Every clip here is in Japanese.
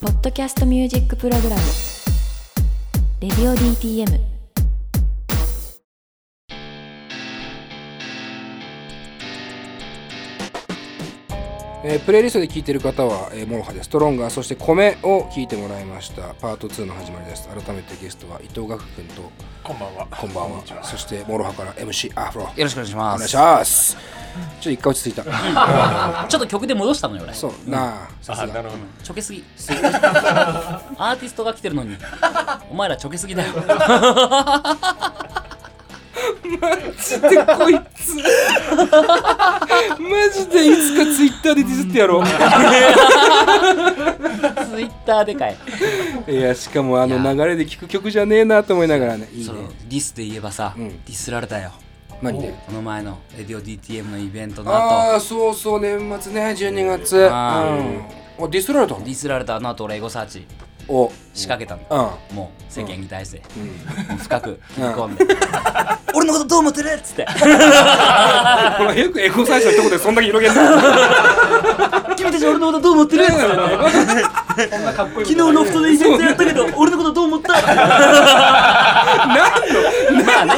ポッドキャストミュージックプログラム「レディオ DTM」えープレイリストで聴いてる方は、えー、モロハでストロンガーそして米を聴いてもらいましたパート2の始まりです改めてゲストは伊藤岳君とこんばんは。こんばんはそしてモロハから MC アフロよろしくお願いしおま願いす。しますちょっと一回落ち着いたちょっと曲で戻したのよ、俺。そうなあさあ、すながるほちょけすぎ。アーティストが来てる のに、お前らちょけすぎだよ。 つってこいつマジでいつかツイッターでディスってやろうツイッターでかい。いやしかもあの流れで聴く曲じゃねえなと思いながらねいいそねのディスで言えばさ、うんディスられたよ。何でこの前のレディオ DTM のイベントのあ後、あそうそう年末ね12月うんああディスられたのディスられたの後、俺エゴサーチお仕掛けたの。うもう世間に対して、んうんもう深く切り込んで、 俺のことどう思ってるっつって、 ほらよくエゴサイトのとこでそんだけ広げんな君たち俺のことどう思ってるっつって、昨日ロフトでイベントやったけど、俺のことどう思ったってまあね、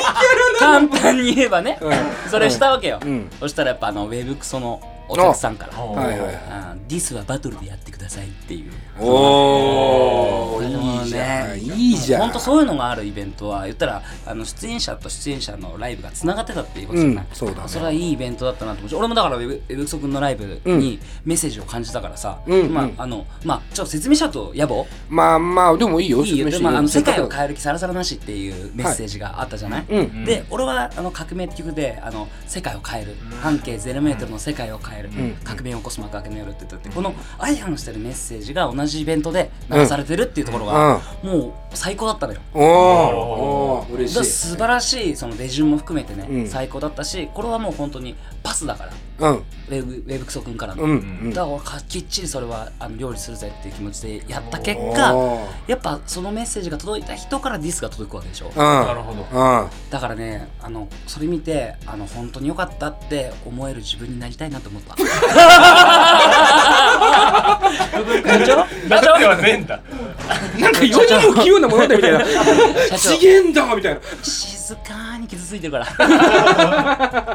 簡単に言えばね、うそれしたわけよ、んそしたらやっぱあのウェブクソのお客さんからど。はいはいはいあディスはバトルでやってくださいっていうおおあのいいじゃんねいいじゃん本当そういうのがあるイベントは言ったらあの出演者と出演者のライブがつながってたっていうことじゃない、うんそうだねれはいいイベントだったなと思うし俺もだからウェブウェブクソ君のライブにメッセージを感じたからさ、うんまうんああのまあちょっと説明しちゃうと野暮まあまあでもいいよいいよ説明しでてもあのせ世っかく界だを変える気さらさらなしっていうメッセージがあったじゃない、うんうんで俺はあの革命って曲であの世界を変える、半径ゼロメートルの世界を変える、ん革命を起こす幕開けの夜って言ったってこの相反してるメッセージが同じイベントで流されてるっていうところが、もう最高だったのよ。おおーだから嬉しい素晴らしいその出順も含めてね、うん最高だったしこれはもう本当にパスだからうんウェブウェブクソ君からの、うんうんだから俺かきっちりそれはあの料理するぜっていう気持ちでやった結お果ーやっぱそのメッセージが届いた人からディスが届くわけでしょうなるんほど。うんだからねあのそれ見てあの本当に良かったって思える自分になりたいなと思った 社長社長なってはねえんだ。なんか世にも奇妙なものだみたいな社ち長げえんだみたいな静かに傷ついてるから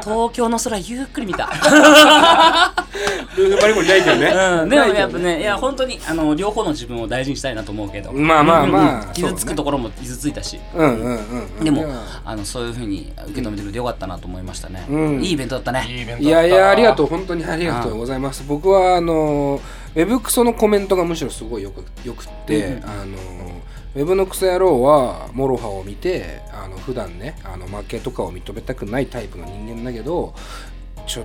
東京の空ゆっくり見たルーフバリコン開いてるねうんでも開いてやるっねぱねいや本当にあの両方の自分を大事にしたいなと思うけどまあまあまあうん傷つくところも傷ついたしうんうんうんうんでもいやあのそういうふうに受け止めてくれてよかったなと思いましたね、うんいいイベントだったねいいイベントだった。いやいやありがとうう。本当にありがとうございます僕はあのウェブクソのコメントがむしろすごいよくよくって、あのウェブのクソ野郎はモロハを見てあの普段ねあの負けとかを認めたくないタイプの人間だけどちょっ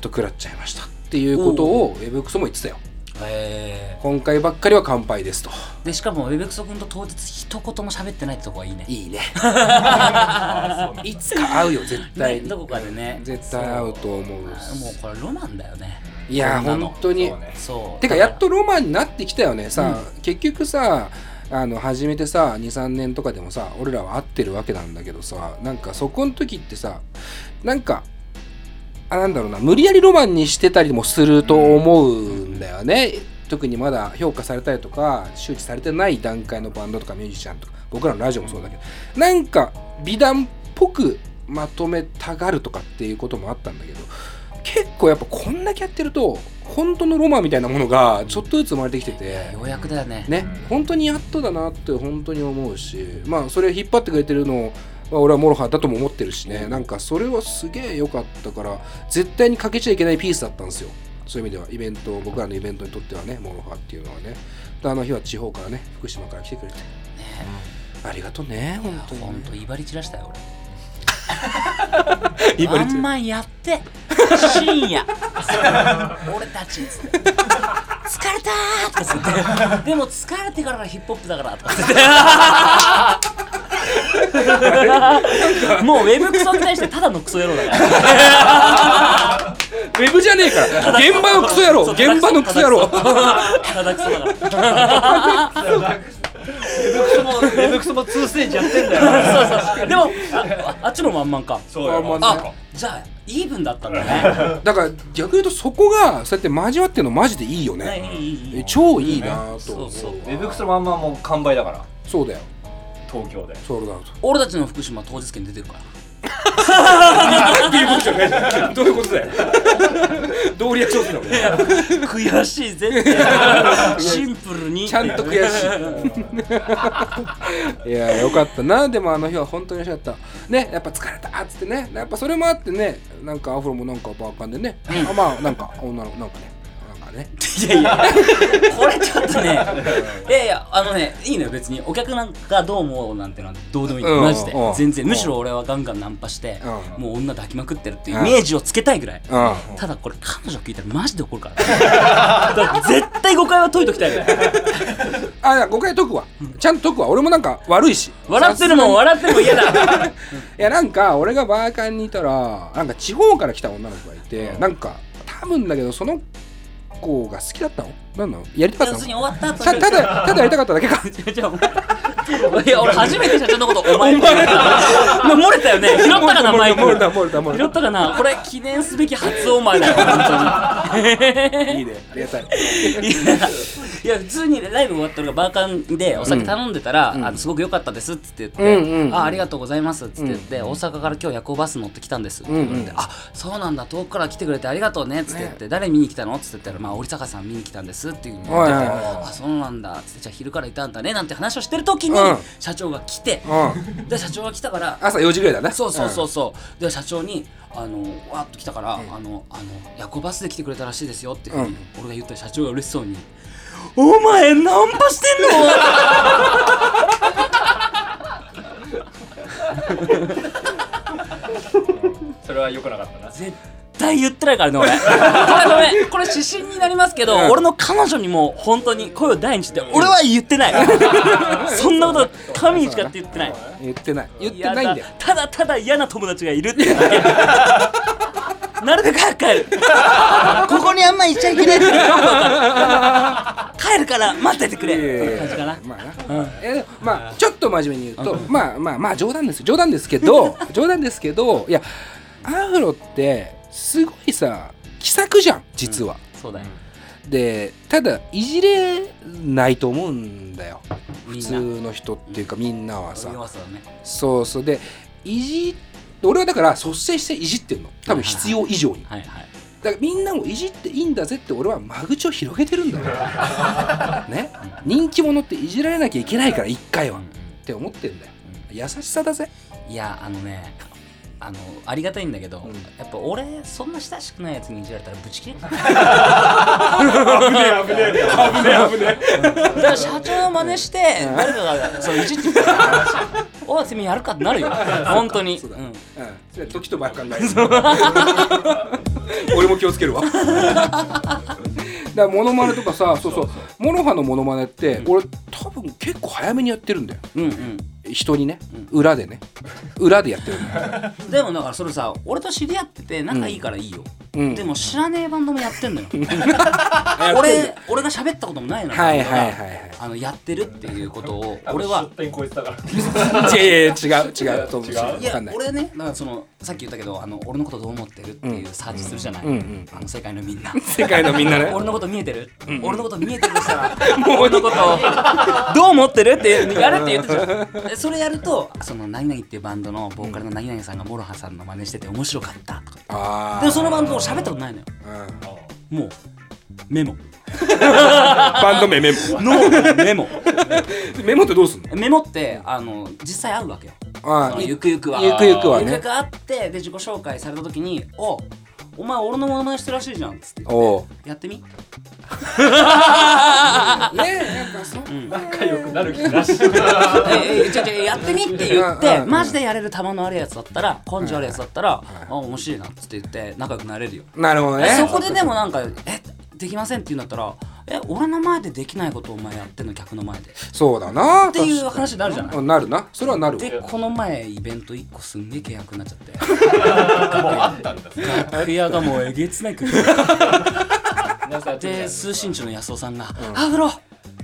と食らっちゃいましたっていうことをウェブクソも言ってたよえ今回ばっかりは乾杯ですとーでしかもウェブクソ君と当日一言も喋ってないってとこがいいねいいねあそういつか会うよ絶対ねにどこかでね絶対会うと思うそうもうこれロマンだよねいやそんなの本当にそうねそうてかやっとロマンになってきたよねさ、結局さあの始めてさ23年とかでもさ俺らは会ってるわけなんだけどさなんかそこの時ってさなんかあなんだろうな無理やりロマンにしてたりもすると思うんだよね、特にまだ評価されたりとか周知されてない段階のバンドとかミュージシャンとか僕らのラジオもそうだけどなんか美談っぽくまとめたがるとかっていうこともあったんだけど結構やっぱこんだけやってると本当のロマンみたいなものがちょっとずつ生まれてきててようやくだよねね本当にやっとだなって本当に思うしまあそれを引っ張ってくれてるのは俺はモロハだとも思ってるしねなんかそれはすげえ良かったから絶対に欠けちゃいけないピースだったんですよそういう意味ではイベント僕らのイベントにとってはねモロハっていうのはねであの日は地方からね福島から来てくれてありがとうね本当ほんにと威張り散らしたよ威張俺ワり散らンマンやって深夜 俺たちっつって疲れたーとかつってでも疲れてからがヒップホップだからとかつ ってもうウェブクソに対してただのクソ野郎だからウェブじゃねえから現場のクソ野郎現場のクソ野郎ただクソだからレブクソも2ステージやってんだよ。そうそうでもあああっちのワンマンかそうよ。あまああじゃあイーブンだったんだねだから逆に言うとそこがそうやって交わってるのマジでいいよね、ねいいいいいいえ超いいなとそ思ううそう寝袋のまんまもう完売だからそうだよ東京でソールドアウト俺たちの福島当日券出てるからどういうことだよどうリアクションするの悔しい絶対シンプルにちゃんと悔しいいやよかったなでもあの日は本当によかったねやっぱ疲れたっつってねやっぱそれもあってねなんかアフロもなんかバーカンでね、あまあなんか女のなんかねなんかねいやいやこれちょっとねいやいやあのねいいのよ別にお客なんかどう思うなんてのはどうでもいいのうんマジでうん全然むしろ俺はガンガンナンパしてうんもう女抱きまくってるっていうイメージをつけたいぐらいうんただこれ彼女聞いたらマジで怒るからだから絶対誤解は解いときたいのよあ誤解解くわ、ちゃんと解くわ俺もなんか悪いし笑ってるもん笑っても嫌だいやなんか俺がバーカンにいたらなんか地方から来た女の子がいて、なんか多分だけどその子が好きだったのなんなのやりたかった要のするに終わった後たただただやりたかっただけか違う違うお前いや俺初めて社長のことお前って言ったまあ漏れたよね拾ったかなマイク漏れた漏れた漏れ拾たったかなこれ記念すべき初お前だよ本当にいいねありがたいいやいや普通にライブ終わったのがバーカンでお酒頼んでたら、あのすごく良かったですっつって言って、うんうんうんあありがとうございますっつって言って、大阪から今日夜行バス乗ってきたんですって言われて、あそうなんだ遠くから来てくれてありがとうねっつって言って、誰見に来たのっつって言ったら、まあ、折坂さん見に来たんですっていうふうに言ってて、はいはいはあそうなんだっつってじゃあ昼からいたんだねなんて話をしてる時に、うん社長が来て、うで社長が来たから朝4時ぐらいだねそうそうそうそう、で社長にあのわーっと来たから、あのあの夜行バスで来てくれたらしいですよっていうふうに、うん俺が言ったら社長が嬉しそうに「お前ナンパしてんの?」それは良くなかったな絶対言ってないからね 俺これごめんこれ指針になりますけど、うん俺の彼女にも本当に声を大にして俺は言ってない そんなこと神にしかって言ってないうん言ってない言ってないんだよやただただ嫌な友達がいるっていうだけなるべく早く帰る ここにあんま行っちゃいけないっていうのがよくわかる 帰るから待っててくれっていう感じかなまあな、えでもまあちょっと真面目に言うと、まあまあまあ冗談です冗談ですけ ど冗談ですけどいやアフロってすごいさ気さくじゃん実は、そうだよでただいじれないと思うんだよ普み通んなの人っていうかみんなはさ、弱さだねそうそうでいじ俺はだから率先していじってるの多分必要以上にはいはいだからみんなもいじっていいんだぜって俺は間口を広げてるんだ よ。ね人気者っていじられなきゃいけないから一回はって思ってんだよ。優しさだぜ。いやあのねあのありがたいんだけど、んやっぱ俺そんな親しくないやつにいじられたらぶち切れる 危ねえ危ねえ危ねえ危ねえだから社長を真似して誰かがそういじってきたら おいてめえやるかってなるよ本当にそうだ。ううんん。それは時と場合は考 える。俺も気をつけるわ。だからモノマネとかさ、そうそう。モノハのモノマネって俺多分結構早めにやってるんだよ。うんうん人にね、裏でね、裏でやってる んだよ。でもだからそれさ俺と知り合ってて仲いいからいいよ、うんでも知らねえバンドもやってんのよ俺俺が喋ったこともないのにはいはいはい はいあのやってるっていうことを俺俺はは点超えて たからいやいや違う違うと思う。わいやかんない。俺ねだからそのさっき言ったけどあの俺のことどう思ってるっていうサーチするじゃない、うんうんあの世界のみんな世界のみんなね。俺のこと見えてる、俺のこと見えてるした ら 俺のことどう思ってるってやれって言ってたじ ゃんそれやるとその何々っていうバンドのボーカルの何々さんがモロハさんの真似してて面白かったとかああ。でもそのバンドを喋ったことないのようんもうメモバンド名メモ。脳のメモメモってどうすんのメモってあの実際会うわけよあそあのゆくゆくはゆくゆくはゆくゆねく。会ってで自己紹介された時に「おお前俺のモノマネしてるらしいじゃん」っつっておう。 「やってみ ねえ、やっぱそう。仲良くなる気なしえええじゃじゃやってみ」って言っうんてうんうんマジでやれる球のあるやつだったら根性あるやつだったら「あ面白いな」っつって言って仲良くなれるよなるほどね。そこででもなんか「えできません」って言うんだったら「え俺の前でできないことお前やってんの客の前で」っそうだな。っていう話になるじゃないなるな。それはなるわ。でこの前イベント1個すんげえ契約になっち ゃってもうあったんだ楽屋がもうえげつない空気皆さんで通信中の安尾さんが「アフロ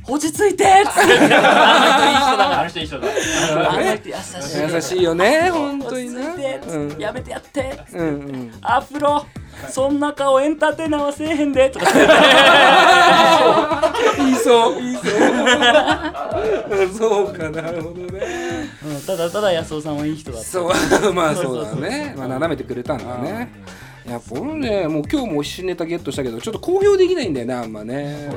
落ち着いてっつ ってあの人いい人だから。あの人優しい優しいよね本当落ちに着ないてっつって、うんやめてやってうんうんアフロそんな顔エンターテイナーはせえへんでとか言って言いそう言いそうそうかなるほどねうんただただ安尾さんはいい人だったそうまあそうだねまあ斜めてくれたんだねやっぱ俺ねもう今日も新ネタゲットしたけどちょっと公表できないんだよねあんまね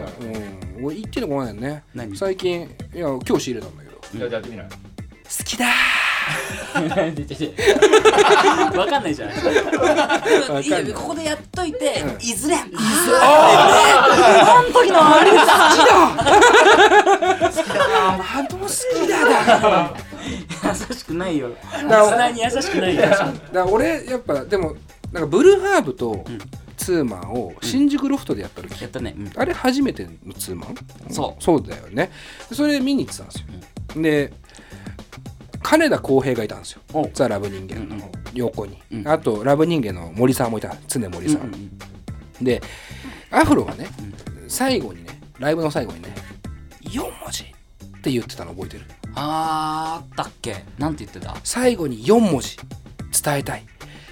うん俺言ってるのこないよね何最近いや今日仕入れたんだけど好じゃあやってみない。きだわかんないじゃないないいいよここでやっといて、いずれいずれあの時のあれだあの好きだだ優しくないよリスなおナーに優しく ないよだ俺やっぱでもなんかブルーハーブとツーマンを新宿ロフトでやった時、やったね、うんあれ初めてのツーマンそうそうだよねでそれ見に行ってたんですよ、で金田浩平がいたんですよおザ・ラブ人間の横に、うんあとラブ人間の森さんもいた常森さん、でアフロがね、最後にねライブの最後にね4文字って言ってたの覚えてるあーあったっけなんて言ってた最後に4文字伝えたい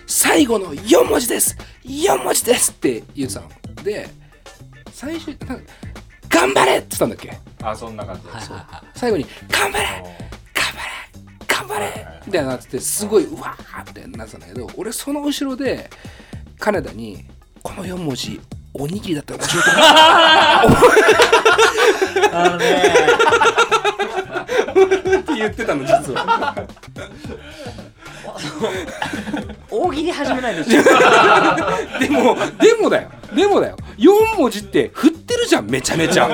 最後の4文字です4文字ですって言ってたので最初なんか頑張れって言ったんだっけあ、そんな感じで。はいはいはい最後に「頑張れ頑張れ頑張れ!」みたいになっててすごいうわーってなってたんだけど俺その後ろでカナダに「この4文字おにぎりだったら教えてもらあのねう」 って言ってたの実は大喜利始めない でしょ でもでもだよでもだよ4文字って振ってるじゃんめちゃめちゃ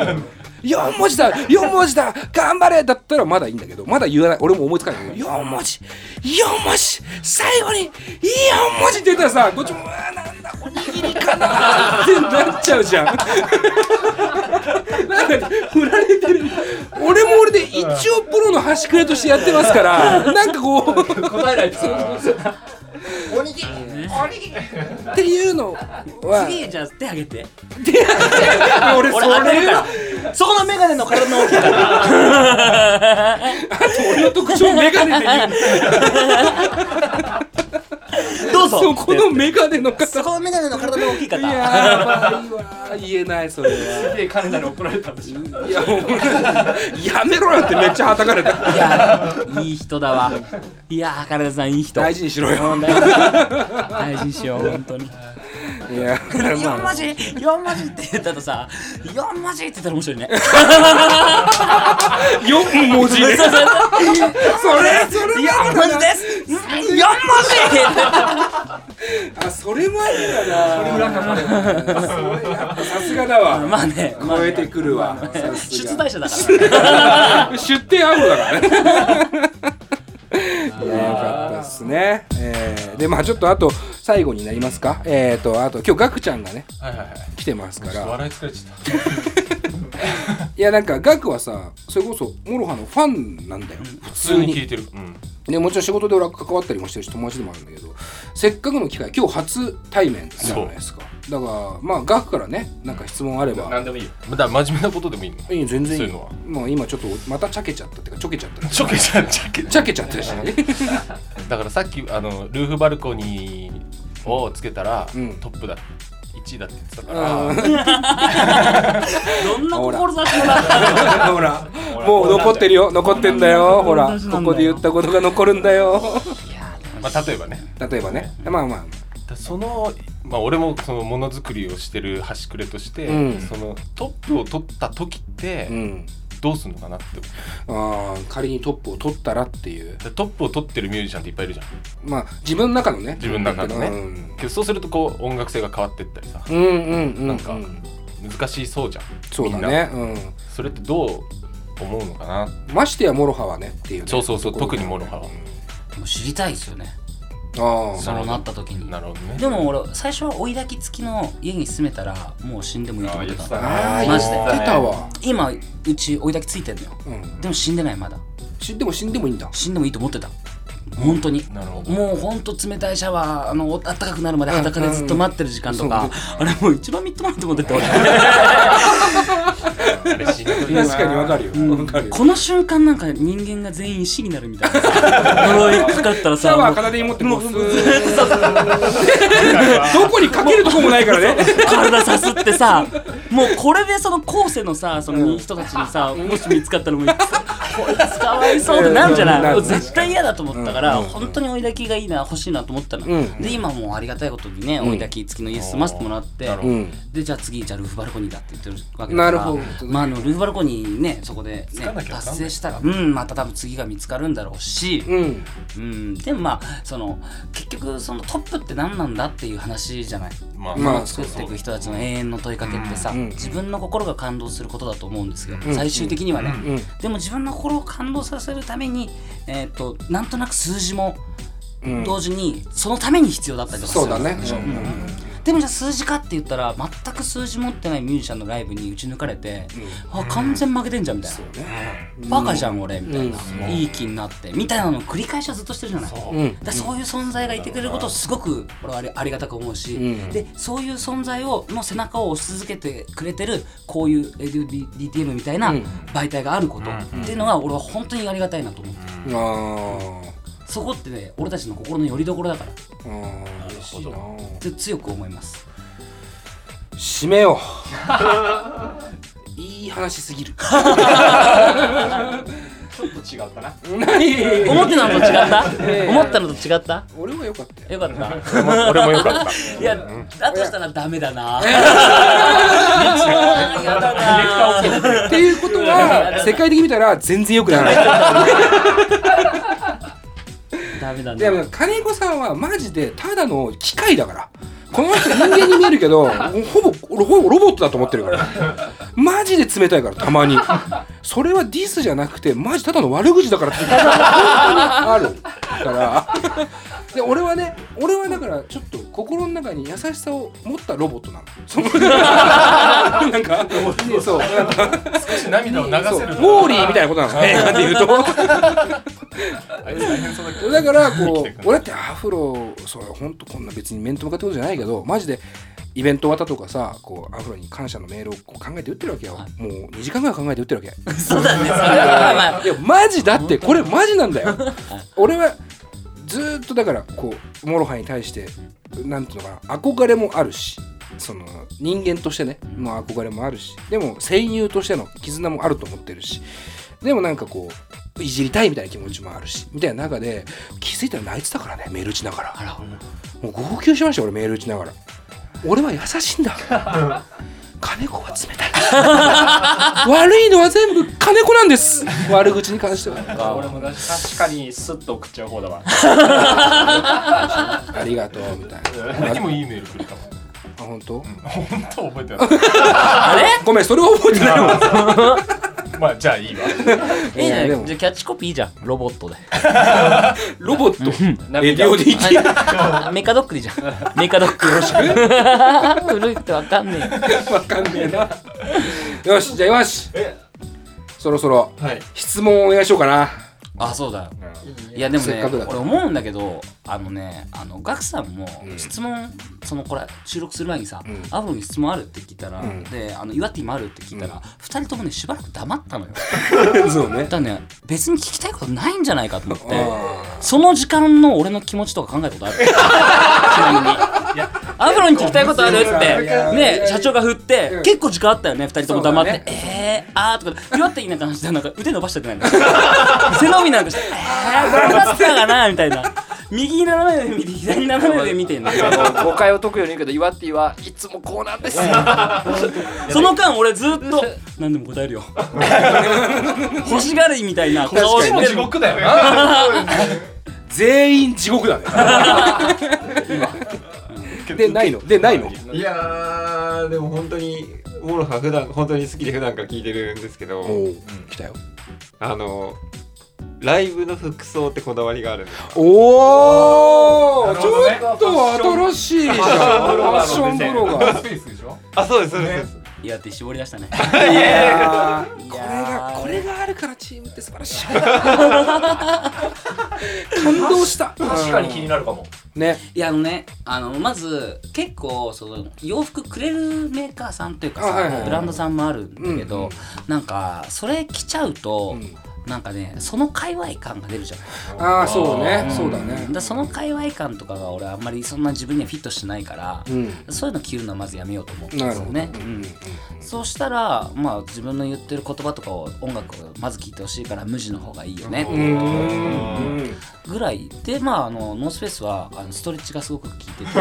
4文字だ4文字だ頑張れだったらまだいいんだけどまだ言わない俺も思いつかないけど4文字4文字最後に4文字って言ったらさこっちもうわーなんだおにぎりかなーってなっちゃうじゃんなんか振られてる俺も俺で一応プロの端くれとしてやってますからなんかこう答えないと。っていうのは次じゃあ手あげて俺そ 俺当てるれかはらそこのメガネの体の大きさ俺の特徴メガネで言う どうぞ そこのメガネのそ方このメガネの体の大きいい方やーまあいいわー言えないそれはで、カナダに怒られたんでしょ。いやもうやめろよってめっちゃはたかれたいやいい人だわいやー原田さんいい人大事にしろよ大事大事にしよう本当にいやま4文字4文字って言ったとさ4文字って言ったら面白い ねあ4文字でそれそれ4文字です4文字あそれもありだなそれ裏かやっぱさすがだわまあねまあ超えてくるわさす出が題者だからね出店アウトだからね いやよかったですね、えーでまあちょっとあと最後になりますかえっ、とあと今日ガクちゃんがねはいはいはい来てますかちょっとら笑い疲れちゃっいやなんかガクはさそれこそモロハのファンなんだよ普た通聞いにてるうんでもちろん仕事で俺は関わったりもしてるし友達でもあるんだけどせっかくの機会今日初対面じゃないですかだからまあガクからねなんか質問あれば何でもいいよ。だから真面目なことでもいいのいい全然いいそういうのはまあ今ちょっとまたちゃけちゃったっていうかちょけちゃったらちょけちゃんちょけちゃけちゃ ったしだからさっきあのルーフバルコニーをつけたら、うんトップだ1位だって言ってたかうんらどんな志もらったほら、もう残ってるよ、残ってんだよ、ほら、ここで言ったことが残るんだよ。まあ、例えばね例えばね、まあまあ、だその、まあ、俺もそのものづくりをしてる端くれとして、うんそのトップを取った時ってうん、どうするのかなって思うあー仮にトップを取ったらっていう、だトップを取ってるミュージシャンっていっぱいいるじゃんまあ自分の中のね、自分の中のね、うんけどそうするとこう音楽性が変わってったりさうんうんうん、なんか難しそうじゃんそうだみんなね、う、それってどう思うのかなんましてやモロハはねっていうね、そうそうそう特にモロハはもう知りたいですよねあそあ、うそうなった時になるほどねでも俺最初は追い焚き付きの家に住めたらもう死んでもいいと思ってたああ、言マっジでてた。わ、今うち追い焚きついてんのようん、でも死んでないまだ死んでも死んでもいいんだ。死んでもいいと思ってた本当になるほどもうほんと冷たいシャワーあのお暖かくなるまで裸でずっと待ってる時間とうかんあれもう一番みっともないと思ってて俺あれしんどい確かにわかるよ。わかるよ。この瞬間なんか人間が全員死になるみたいな呪いかかったらシャさワもーう片手に持ってこうスーッどこにかけるとこもないからね。体さすってさもうこれでその後世のさその人たちにさ、もし見つかったらもうこいつかわいそうってなんじゃうんなないるもう絶対嫌だと思ったから、うん本当に追い焚きがいいな欲しいなと思ったの、うんで今もうありがたいことにねん追い焚き付きの家住ませてもらって、なるほうどん。でじゃあ次じゃあルーフバルコニーだって言ってるわけなるだからほどまああのルーフバルコニーねそこで、ねかなきゃわかんない達成したらうんまた多分次が見つかるんだろうし、うん。うん、でもまあその結局そのトップって何なんだっていう話じゃないまあ、まあ作っていく人たちの永遠の問いかけってさ、うん自分の心が感動することだと思うんですよ、ん最終的にはね、うん。でも自分の心を感動させるために、えー、となんとなく数字もうん同時にそのために必要だったりとかするそうだね。でもじゃあ数字かって言ったら全く数字持ってないミュージシャンのライブに打ち抜かれて、あ完全負けてんじゃんみたいな、バカじゃん俺みたいな、いい気になってみたいなのを繰り返しはずっとしてるじゃないそう,、うんだからそういう存在がいてくれることをすごく俺はありありがたく思うし、うんでそういう存在をの背中を押し続けてくれてるこういう DTM みたいなうん媒体があることっていうのは俺は本当にありがたいなと思って、うん。あそこってね俺たちの心の拠り所だからっあ。うん。嬉しいな。て強く思います締めよう。 いい話すぎる。ちょっと違ったな。何 思ってたのと違っえ た思ったのと違った俺は良かったよ。よかった俺もよか った。いや、だとしたらダメだな。あー やだな。っていうことは、世界的に見たら全然良くならない。ダメだでなも。金子さんはマジでただの機械だからこの人人間に見えるけどほぼほぼロボットだと思ってるからマジで冷たいからたまにそれはディスじゃなくてマジただの悪口だからって本当にあるからで俺はね俺はだからちょっと心の中に優しさを持ったロボットなのそのなんかそうなんか少し涙を流そうせる。モーリーみたいなことなの映画で言うとあいつ大変そうだけど。だからこ来てくれう俺だってアフロそう本当こんな別に面と向かってことじゃないけどマジでイベント終わったとかさこうアフロに感謝のメールをこう考えて打ってるわけよ、もう2時間ぐらい考えて打ってるわけそうだね。それはまあまあいやマジだってこれマジなんだよ俺はずーっとだからこうモロハに対してなんていうのかな憧れもあるしその人間としてねの憧れもあるしでも戦友としての絆もあると思ってるしでもなんかこういじりたいみたいな気持ちもあるしみたいな中で気づいたら泣いてたからねメール打ちながらあらもう号泣しましたよ俺メール打ちながら俺は優しいんだ金子は冷たい 悪いのは全部金子なんです悪口に関しては俺も確かにスッと送っちゃう方だわ。ありがとうみたい俺になもいいメールくれたもん。あ本当本当覚えてない。ごめんそれは覚えてないわまあじゃあいいわ。いいじゃでなもい。じゃあキャッチコピーいいじゃん。ロボットで。ロボットレデ涙ィをオ DT メカドックでいいじゃん。メカドック。よろしく。古いってわかんねえ。わかんねえ なよしじゃあよしそろそろはい。質問をお願いしようかなあ、そうだよ。いやでもせっね、かくだから俺思うんだけど、あのね、あのガクさんも質問、そのこれ収録する前にさ、アフロに質問あるって聞いたら、んで、あの岩手もあるって聞いたら、二人ともねしばらく黙ったのよ。 そうねだからね別に聞きたいことないんじゃないかと思ってあその時間の俺の気持ちとか考えたこと あるちなみにアフロに聞きたいことあるっていやね社長が振って、うん結構時間あったよね2人とも黙って、そうだえー、あーとか言わっていいなって話してなんか腕伸ばしたくないの背伸びなんかしてえー頑張ってたかなみたいな右斜めで見て左斜めで見てんのあの誤解を解くように言うけど、岩手はいつもこうなんですよ。その間俺ずっと何でも答え るよ欲しがるみたいな顔してもうる地獄だよな。全員地獄だね でないのでないのいやーでも本当にモロハ普段本当に好きで普段から聞いてるんですけおどお来たよあのライブの服装ってこだわりがあるんですおお、なちるほどねょっと新しいじゃんファッションブロガースペースでしょ。あそうですそうです、いやって絞り出したねいやーいこれやがーこれがあるからチームって素晴らしい感動した 確かに気になるかも。うんねいやあのねあのまず結構その洋服くれるメーカーさんというかさ、あはいはいはいブランドさんもあるんだけど、うんうんなんかそれ着ちゃうと、うんなんかねその界隈感が出るじゃないああそうねあーそうだだねからその界隈感とかが俺あんまりそんな自分にはフィットしてないから、うんそういうの着るのはまずやめようと思うんなでるすよほどねね。うんそうしたら、まあ、自分の言ってる言葉とかを音楽をまず聞いてほしいから無地の方がいいよねうーんぐらいで、まあ、あのノースフェイスはあのストレッチがすごく効いてて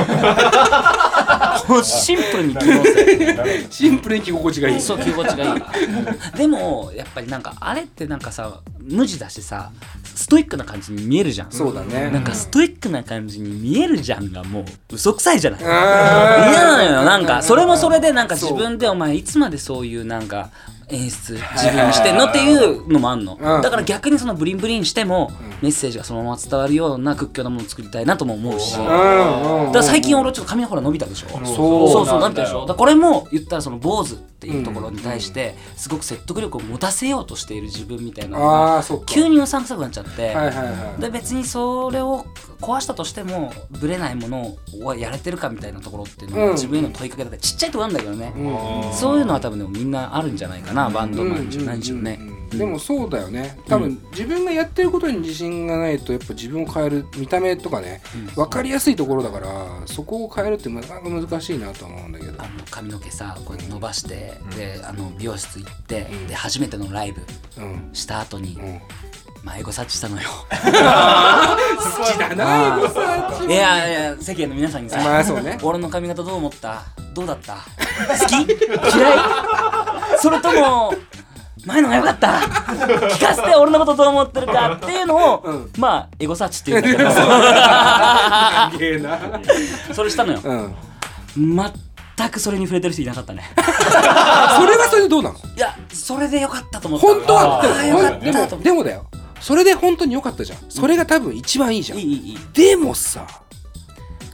もうシンプルに機能性シンプルに着心地がいいそう着心地がいいでもやっぱりなんかあれってなんかさ無地だしさストイックな感じに見えるじゃんそうだねなんかストイックな感じに見えるじゃんがもう嘘くさいじゃなあいー嫌なのよなんかそれもそれでなんか自分でお前いつまでそういうなんか演出自分にしてんのっていうのもあんのうんだから逆にそのブリンブリンしてもメッセージがそのまま伝わるような屈強なものを作りたいなとも思うしうだんうんから最近俺ちょっと髪のほら伸びたでしょそうそうそう伸なんびだたよでしょだからこれも言ったらその坊主っていうところに対してすごく説得力を持たせようとしている自分みたいなのがああそっか急にうさんくさくなっちゃってはいはいはいで別にそれを壊したとしてもブレないものをやれてるかみたいなところっていうのうんは自分への問いかけだったりちっちゃいとこなんだけどね、うんそういうのは多分でもみんなあるんじゃないかな、バンドうん毎日何しろね、うんうんでもそうだよね多分自分がやってることに自信がないとやっぱ自分を変える見た目とかね分かりやすいところだからそこを変えるってなかなか難しいなとは思うんだけどあの髪の毛さこうやって伸ばして、であの美容室行って、で初めてのライブうんした後にうん迷子察知したのよ 好きだなエゴサーチいやいや世間の皆さんにさ、まあそうね俺の髪型どう思ったどうだ った好き嫌いそれとも前のが良かった聞かせて俺のことどう思ってるかっていうのを、うんまあエゴサーチっていうんだけどすげえな それしたのようん全くそれに触れてる人いなかったねそれはそれでどうなのいやそれで良かったと思った本当はあー良かっでたとも思っでもだよそれで本当に良かったじゃんそれが多分一番いいじたゃんいいいいいいでもさ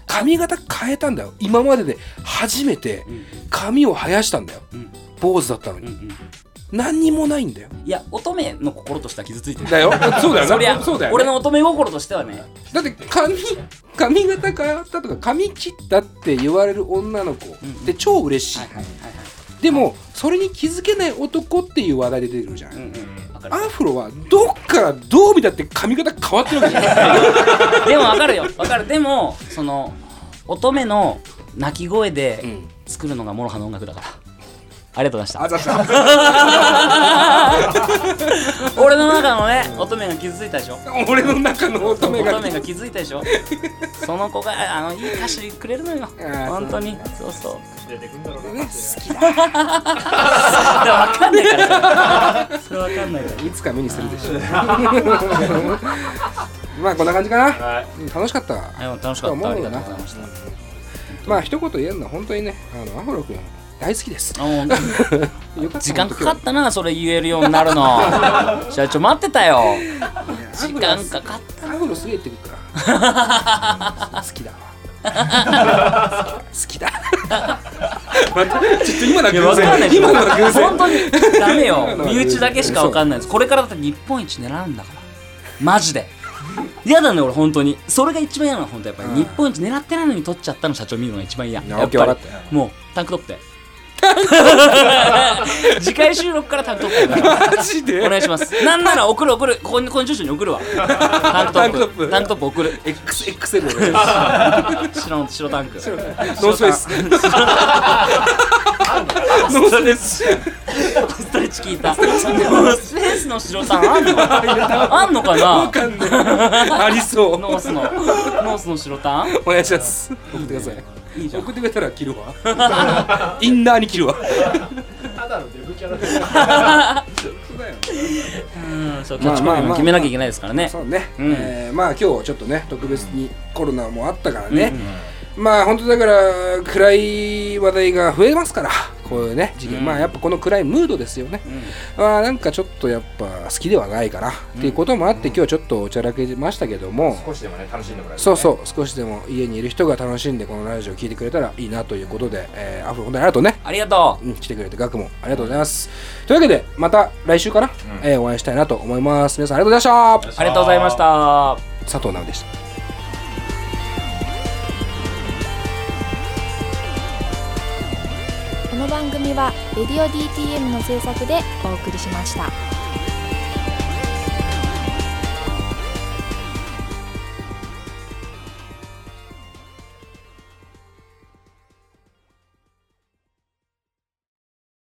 髪型変えたんだよ今までで初めてん髪を生やしたんだよ、ん坊主だったのに、うんうん何にもないんだよいや乙女の心としては傷ついてるだよそうだよ そりゃそうだよね、俺の乙女心としてはねだって髪髪型変わったとか髪切ったって言われる女の子って超嬉しい、でもそれに気づけない男っていう話題で出てくるじゃない、うんうんわかるアフロはどっからどう見たって髪型変わってるわけじゃない でもわかるよわかるでもその乙女の鳴き声でん作るのがモロハの音楽だからありがとうございまあしざしたた俺の中のね乙女が傷ついたでしょ 俺の中の乙女乙が女が気づいたでしょその子があのいい歌詞くれるのよー本当にそうそう出てくんだろうだなからわかんない からそれわかんないからいつか目にするで しょうまあこんな感じかなはいうん楽しかったわでも楽しかったありがとうございましたまあ一言言えるのは本当にねあのアフロ君大好きですあ本当によかった時間かかったなそれ言えるようになるの 社長待ってたよ時間かかったたアフロすげえ言ってくるから好きだ わ好き だまたちょっと今のはいやわ偶かんない然今のは偶然本当にダメよ身内だけしかわかんないですこれからだって日本一狙うんだからマジで嫌だね俺本当にそれが一番嫌なの本当やっぱり日本一狙ってないのに取っちゃったの社長見るのが一番嫌やっ分かぱったよりもうタンクトップで次回収録からタンクトップだからマジでお願いします。なんなら送る送る。ここにこの住所に送るわ。タンクタンクトットップ。プタンクトップ送る。 XXL お願いします白の白タンク。ノースフェイ スノースフェイスストレッチ聞いた。スペースの白タンあんの？あんのかな？ありそう ノースの ノースの白タン？お願いします送ってください送ってくれたら着るわ インナーに着る わただのデブキャラでうん、そうキまャあッチコまあピまーもあ決めなきゃいけないですからね。そうね、うんえーまあ今日ちょっとね特別にコロナもあったからね、まあ本当だから暗い話題が増えますからこういうね事件、まあやっぱこの暗いムードですよね、まあなんかちょっとやっぱ好きではないかなっていうこともあって、今日はちょっとおちゃらけましたけども、少しでもね楽しんでもらえるそうそう少しでも家にいる人が楽しんでこのラジオを聞いてくれたらいいなということで、えー、アフロ本当にありがとうねありがとう。うん来てくれてガクもありがとうございます。というわけでまた来週かな、えーお会いしたいなと思います。皆さんありがとうございました。ありがとうございました。佐藤直美でした。番組は「レディオ DTM」の制作でお送りしました。